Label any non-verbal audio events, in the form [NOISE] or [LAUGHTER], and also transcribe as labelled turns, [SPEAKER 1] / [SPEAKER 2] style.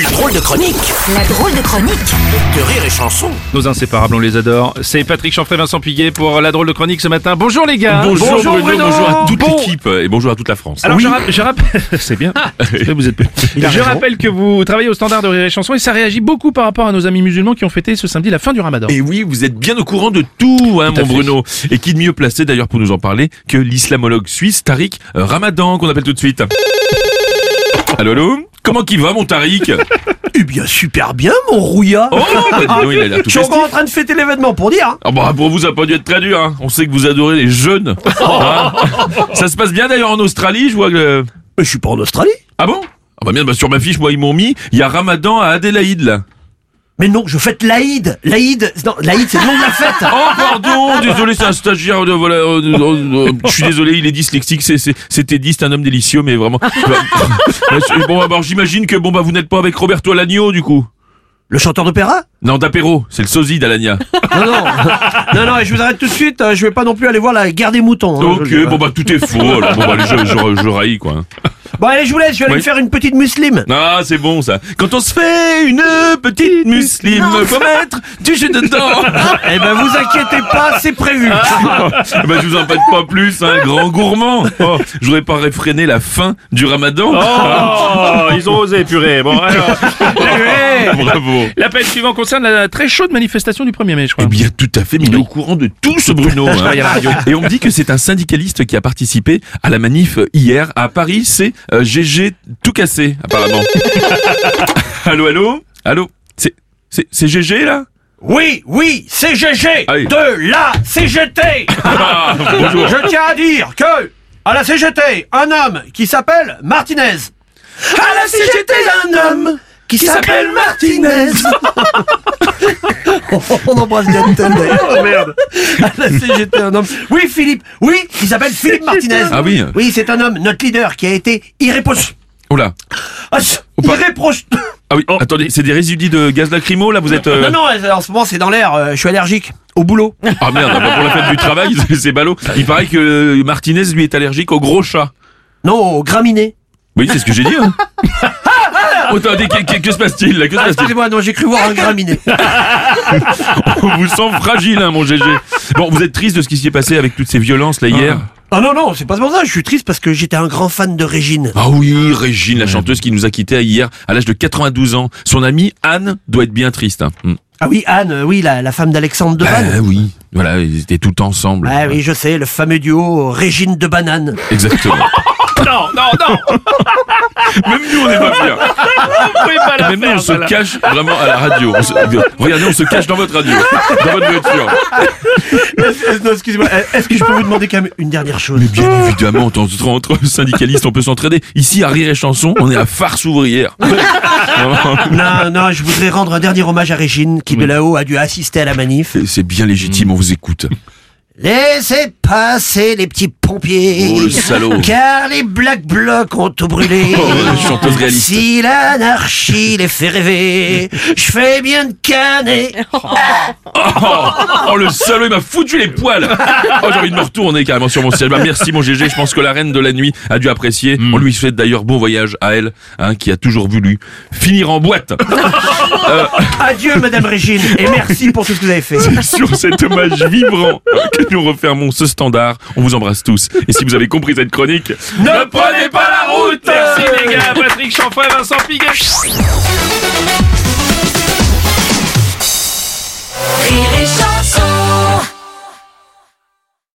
[SPEAKER 1] Le drôle de chronique
[SPEAKER 2] La drôle de chronique
[SPEAKER 1] de Rire et Chanson.
[SPEAKER 3] Nos inséparables, on les adore. C'est Patrick Chanfray, Vincent Piguet pour la drôle de chronique ce matin. Ah, Bonjour les gars.
[SPEAKER 4] Bonjour, Bruno, bonjour à toute
[SPEAKER 3] Bon.
[SPEAKER 4] l'équipe euh, et bonjour à toute la France.
[SPEAKER 3] Alors je, rap- je
[SPEAKER 4] [LAUGHS]
[SPEAKER 3] rappelle, c'est bien. vous êtes [LAUGHS] petit. Je rappelle que vous travaillez au standard de Rire et Chanson et ça réagit beaucoup par rapport à nos amis musulmans qui ont fêté ce samedi la fin du Ramadan.
[SPEAKER 4] Et oui, vous êtes bien au courant de tout, hein,
[SPEAKER 3] Tout à
[SPEAKER 4] mon
[SPEAKER 3] fait.
[SPEAKER 4] Bruno. Et qui de mieux placé d'ailleurs pour nous en parler que l'islamologue suisse Tariq euh, Ramadan, qu'on appelle tout de suite. Allô, allô Comment qu'il va, mon Tariq
[SPEAKER 5] Eh bien, super bien, mon rouillard.
[SPEAKER 4] Oh, bah, dis donc, il a l'air tout
[SPEAKER 5] Je suis
[SPEAKER 4] festif.
[SPEAKER 5] encore en train de fêter l'événement pour dire. hein.
[SPEAKER 4] Ah bah, pour vous, ça a pas dû être très dur. Hein. On sait que vous adorez les jeunes. Hein ça se passe bien d'ailleurs en Australie, je vois que... euh,
[SPEAKER 5] Mais je suis pas en Australie.
[SPEAKER 4] Ah bon Ah bah merde, bah, sur ma fiche, moi, ils m'ont mis, il y a Ramadan à Adélaïde, là.
[SPEAKER 5] Mais non, je fête l'Aïd. L'Aïd, non, l'Aïd, c'est le nom de la fête.
[SPEAKER 4] Oh pardon, désolé, c'est un stagiaire. de- voilà, euh, euh, euh, je suis désolé, il est dyslexique. c'est- c'est- C'était dit, c'est un homme délicieux, mais vraiment. [LAUGHS] Bah, bah, c'est- bon, alors j'imagine que bon bah vous n'êtes pas avec Roberto Alagno du coup.
[SPEAKER 5] [LAUGHS] Le chanteur d'opéra
[SPEAKER 4] Non, d'apéro, c'est le sosie d'Alagna.
[SPEAKER 5] Non, non. non, non, et je vous arrête tout de suite. euh, Je vais pas non plus aller voir la guerre des moutons. hein,
[SPEAKER 4] Ok,
[SPEAKER 5] je-
[SPEAKER 4] bon bah tout est faux. Alors, bon bah allez, je, je, je raille quoi.
[SPEAKER 5] Bon, allez, je vous laisse. Je vais aller
[SPEAKER 4] Oui.
[SPEAKER 5] me faire une petite [LAUGHS] muslime.
[SPEAKER 4] Ah, c'est bon ça. Quand on se fait une petite muslime, faut mettre du jus dedans. [LAUGHS]
[SPEAKER 5] Eh ben, vous inquiétez pas, c'est prévu.
[SPEAKER 4] Ah bah, je vous en pète pas plus, hein, grand gourmand. Oh, je voudrais pas réfréner la fin du Ramadan.
[SPEAKER 3] Oh, ils ont osé, purée. Bon, alors.
[SPEAKER 4] [LAUGHS] Bravo.
[SPEAKER 3] L'appel suivant concerne la très chaude manifestation du 1er mai, je crois.
[SPEAKER 4] Eh bien, tout à fait, mais il est au courant de tout ce Bruno. hein.
[SPEAKER 3] travaille à la radio.
[SPEAKER 4] Et on me dit que c'est un syndicaliste qui a participé à la manif euh, hier à Paris. C'est euh, GG tout cassé, apparemment. [LAUGHS] allô, allô Allô C'est c'est- c'est GG, là
[SPEAKER 5] Oui, oui, c'est GG
[SPEAKER 4] Ah oui.
[SPEAKER 5] de la CGT.
[SPEAKER 4] Ah, bonjour.
[SPEAKER 5] Je tiens à dire que, à la CGT, un homme qui s'appelle Martinez. À la CGT, un homme qui, s'appelle Martinez. [LAUGHS] On embrasse Diane Tender. Oh merde. À la CGT, un homme. Oui, Philippe. Oui, il s'appelle Philippe Martinez.
[SPEAKER 4] Ah oui.
[SPEAKER 5] Oui, c'est un homme, notre leader, qui a été Ah, irréprochable.
[SPEAKER 4] Oh là. pas-
[SPEAKER 5] Irréprochable.
[SPEAKER 4] Ah
[SPEAKER 3] Oh.
[SPEAKER 4] oui, attendez, c'est des résidus de gaz lacrymo, là Vous êtes... euh,
[SPEAKER 5] Non, non, en ce moment, c'est dans l'air. euh, Je suis allergique. Au boulot.
[SPEAKER 4] Ah merde, bah, pour la fête du travail, [LAUGHS] c'est- c'est ballot. Il paraît que euh, Martinez, lui, est allergique aux gros chats.
[SPEAKER 5] Non, au graminé.
[SPEAKER 4] Oui, c'est ce que j'ai dit. [LAUGHS] Hein. Oh, attendez, que, que- que se passe-t-il là Que se
[SPEAKER 5] Ah,
[SPEAKER 4] [LAUGHS] passe-t-il
[SPEAKER 5] Excusez-moi, non, j'ai cru voir un graminé.
[SPEAKER 4] On vous sent fragile, hein, mon GG. Bon, vous êtes triste de ce qui s'est passé avec toutes ces violences, là, hier
[SPEAKER 5] Ah non, non, c'est pas pour ça, je suis triste parce que j'étais un grand fan de Régine.
[SPEAKER 4] Ah oui, Régine, la chanteuse qui nous a quittés hier à l'âge de 92 ans. Son amie Anne doit être bien triste. Hein. Mm. Eh
[SPEAKER 5] Ah oui, Anne, euh, oui, la, la femme d'Alexandre de Banane.
[SPEAKER 4] oui. Voilà, ils étaient tout ensemble.
[SPEAKER 5] Ah oui, je sais, le fameux duo Régine de Banane.
[SPEAKER 4] [LAUGHS] Exactement.
[SPEAKER 3] Non, non, non.
[SPEAKER 4] [LAUGHS] Même nous, on n'est pas bien.
[SPEAKER 3] Vous pouvez pas la
[SPEAKER 4] Même nous,
[SPEAKER 3] faire,
[SPEAKER 4] on se
[SPEAKER 3] celle-là.
[SPEAKER 4] cache vraiment à la radio. On se- Regardez, on se cache dans votre radio, dans votre voiture.
[SPEAKER 5] Euh, non, excusez-moi, est-ce que je peux vous demander quand même une dernière chose
[SPEAKER 4] Bien évidemment, on t'en- entre syndicalistes, on peut s'entraider. Ici, à Rire et Chanson, on est à farce ouvrière.
[SPEAKER 5] Non, non, je voudrais rendre un dernier hommage à Régine qui de là-haut a dû assister à la manif.
[SPEAKER 4] C'est- C'est bien légitime, on vous écoute.
[SPEAKER 5] Laissez passer les petits pompiers.
[SPEAKER 4] Oh, le salaud.
[SPEAKER 5] Car les Black Blocs ont tout brûlé.
[SPEAKER 4] Oh, la chanteuse réaliste.
[SPEAKER 5] Si l'anarchie les fait rêver, je fais bien de canner.
[SPEAKER 4] Oh, oh, le salaud, il m'a foutu les poils oh, J'ai envie de me retourner carrément sur mon siège. Bah, merci mon GG, je pense que la reine de la nuit a dû apprécier. On lui souhaite d'ailleurs bon voyage à elle, hein, qui a toujours voulu finir en boîte.
[SPEAKER 5] Adieu, Madame Régine, et merci pour tout ce que vous avez fait.
[SPEAKER 4] sur cet hommage vibrant que nous refermons ce standard. On vous embrasse tous. Et si vous avez compris cette chronique,
[SPEAKER 3] Ne prenez pas la route. Merci les gars, Patrick Chanfray, Vincent Piguet.